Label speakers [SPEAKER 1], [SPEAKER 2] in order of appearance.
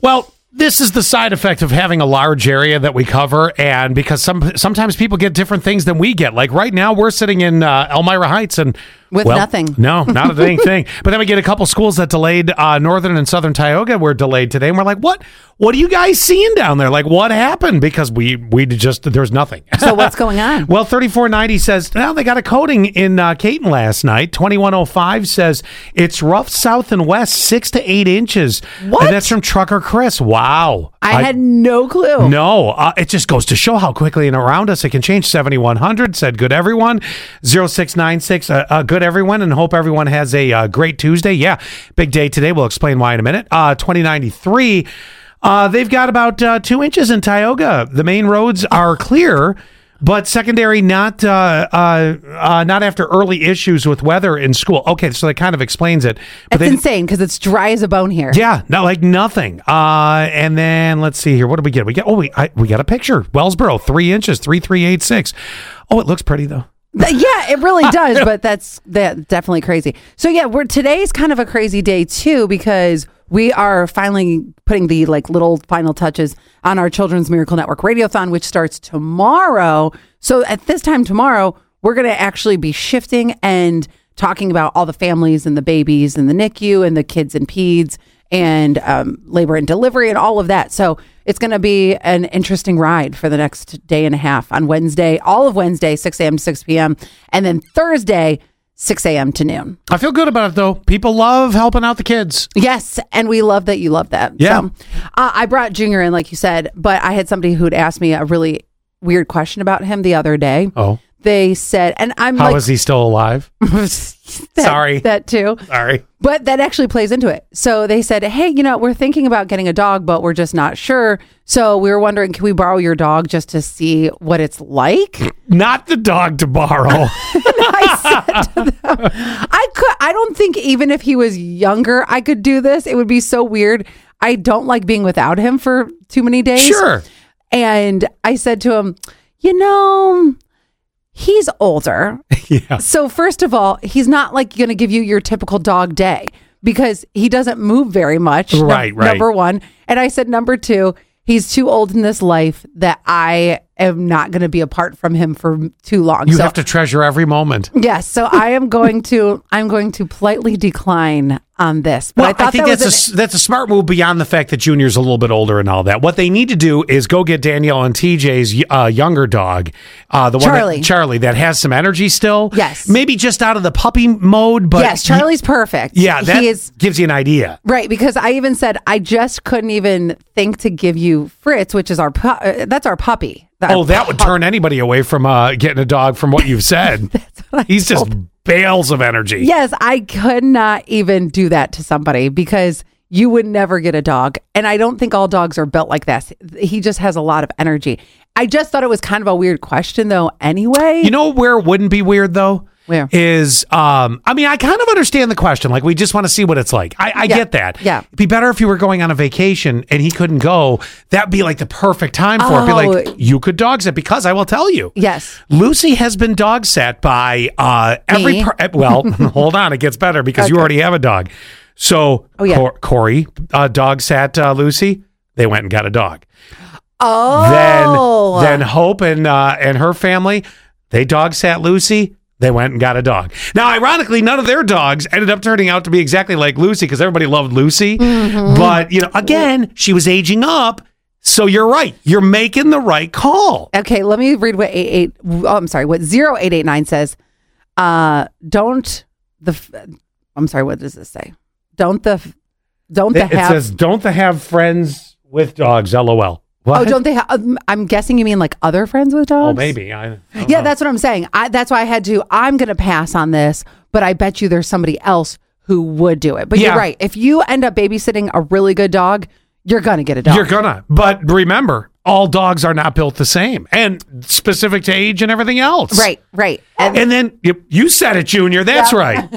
[SPEAKER 1] Well, this is the side effect of having a large area that we cover, and because some sometimes people get different things than we get. Like right now, we're sitting in uh, Elmira Heights and
[SPEAKER 2] With
[SPEAKER 1] well,
[SPEAKER 2] nothing.
[SPEAKER 1] No, not a dang thing. But then we get a couple schools that delayed. Uh, Northern and Southern Tioga were delayed today, and we're like, "What? What are you guys seeing down there? Like, what happened?" Because we we just there's nothing.
[SPEAKER 2] So what's going on?
[SPEAKER 1] Well, 3490 says, now they got a coding in uh, Caton last night. 2105 says, it's rough south and west, six to eight inches.
[SPEAKER 2] What?
[SPEAKER 1] And that's from Trucker Chris. Wow.
[SPEAKER 2] I, had no clue.
[SPEAKER 1] No, uh, it just goes to show how quickly and around us it can change. 7100 said, good everyone. 0696, uh, uh, good everyone, and hope everyone has a uh, great Tuesday. Yeah, big day today. We'll explain why in a minute. Uh, 2093. Uh, they've got about uh, two inches in Tioga. The main roads are clear, but secondary not uh, uh, uh, not after early issues with weather in school. Okay, so that kind of explains it. But
[SPEAKER 2] That's insane because it's dry as a bone here.
[SPEAKER 1] yeah, not like nothing. Uh, and then let's see here. What did we get? We get oh we I, we got a picture. Wellsboro, three inches, three three eight six. Oh, it looks pretty though.
[SPEAKER 2] Th- yeah, it really does, but that's that definitely crazy. So yeah, we're today's kind of a crazy day too because we are finally putting the like little final touches on our Children's Miracle Network Radiothon, which starts tomorrow. So at this time tomorrow, we're going to actually be shifting and talking about all the families and the babies and the NICU and the kids and peds and um, labor and delivery and all of that. So it's going to be an interesting ride for the next day and a half on Wednesday, all of Wednesday, 6 a.m. to 6 p.m., and then Thursday, 6 a.m. to noon.
[SPEAKER 1] I feel good about it though. People love helping out the kids.
[SPEAKER 2] Yes, and we love that you love that.
[SPEAKER 1] Yeah.
[SPEAKER 2] So, uh, I brought Junior in, like you said, but I had somebody who'd asked me a really weird question about him the other day.
[SPEAKER 1] Oh,
[SPEAKER 2] They said, and I'm
[SPEAKER 1] how is
[SPEAKER 2] like,
[SPEAKER 1] he still alive?
[SPEAKER 2] that-
[SPEAKER 1] Sorry.
[SPEAKER 2] that too.
[SPEAKER 1] Sorry.
[SPEAKER 2] But that actually plays into it. So they said, hey, you know, we're thinking about getting a dog, but we're just not sure. So we were wondering, can we borrow your dog just to see what it's like?
[SPEAKER 1] Not the dog to borrow.
[SPEAKER 2] I said to them, I could, I don't think even if he was younger, I could do this. It would be so weird. I don't like being without him for too many days.
[SPEAKER 1] sure.
[SPEAKER 2] And I said to him, you know, he's older.
[SPEAKER 1] Yeah.
[SPEAKER 2] So first of all, he's not like going to give you your typical dog day because he doesn't move very much. num-
[SPEAKER 1] Right, right.
[SPEAKER 2] Number one, and I said number two, he's too old in this life that I am not going to be apart from him for too long.
[SPEAKER 1] You
[SPEAKER 2] so
[SPEAKER 1] have to treasure every moment.
[SPEAKER 2] yes, so I am going to I'm going to politely decline on this. But
[SPEAKER 1] Well,
[SPEAKER 2] I
[SPEAKER 1] I,
[SPEAKER 2] thought
[SPEAKER 1] think
[SPEAKER 2] that was
[SPEAKER 1] that's a
[SPEAKER 2] an-
[SPEAKER 1] s that's a smart move beyond the fact that Junior's a little bit older and all that. What they need to do is go get Danielle and TJ's uh, younger dog, uh, the one
[SPEAKER 2] Charlie.
[SPEAKER 1] that, Charlie that has some energy still.
[SPEAKER 2] Yes.
[SPEAKER 1] maybe just out of the puppy mode, but
[SPEAKER 2] yes, Charlie's perfect.
[SPEAKER 1] yeah, that
[SPEAKER 2] he is
[SPEAKER 1] gives you an idea.
[SPEAKER 2] Right, because I even said I just couldn't even think to give you Fritz, which is our pu- uh, that's our puppy. Our
[SPEAKER 1] Oh, that would turn anybody away from uh, getting a dog from what you've said. He's just
[SPEAKER 2] Oh.
[SPEAKER 1] bales of energy.
[SPEAKER 2] Yes, I could not even do that to somebody because you would never get a dog. And I don't think all dogs are built like this. He just has a lot of energy. I just thought it was kind of a weird question, though, anyway.
[SPEAKER 1] You know where it wouldn't be weird though?
[SPEAKER 2] Where?
[SPEAKER 1] Is um I mean I kind of understand the question. Like we just want to see what it's like. I, I get that.
[SPEAKER 2] yeah.
[SPEAKER 1] It'd be better if you were going on a vacation and he couldn't go. That'd be like the perfect time for it. Be
[SPEAKER 2] Oh.
[SPEAKER 1] like, you could dog sit because I will tell you.
[SPEAKER 2] yes.
[SPEAKER 1] Lucy has been dog sat by uh every
[SPEAKER 2] Me.
[SPEAKER 1] per- eh, well, hold on, it gets better because you already have a dog. So
[SPEAKER 2] Oh, yeah.
[SPEAKER 1] Cor- Corey uh, dog sat uh, Lucy. They went and got a dog then
[SPEAKER 2] Oh.
[SPEAKER 1] then Hope and uh, and her family they dog sat Lucy. They went and got a dog. Now, ironically, none of their dogs ended up turning out to be exactly like Lucy because everybody loved Lucy.
[SPEAKER 2] Mm-hmm.
[SPEAKER 1] But you know, again, she was aging up. So you're right. You're making the right call.
[SPEAKER 2] Okay, let me read what eight eight. Oh, I'm sorry, what zero eight eight nine says. Uh, don't the. f- I'm sorry. What does this say? Don't the. f- Don't the
[SPEAKER 1] It, it
[SPEAKER 2] have.
[SPEAKER 1] says, "Don't the have friends with dogs." LOL. What?
[SPEAKER 2] oh, don't they have? Um, I'm guessing you mean like other friends with dogs.
[SPEAKER 1] Oh, maybe. I, I don't
[SPEAKER 2] Yeah,
[SPEAKER 1] know.
[SPEAKER 2] that's what I'm saying. I, that's why I had to. I'm going to pass on this, but I bet you there's somebody else who would do it. But
[SPEAKER 1] Yeah.
[SPEAKER 2] you're right. If you end up babysitting a really good dog, you're going to get a dog.
[SPEAKER 1] You're gonna. But remember, all dogs are not built the same, and specific to age and everything else.
[SPEAKER 2] right, right. And
[SPEAKER 1] And then you, you said it, Junior. That's right.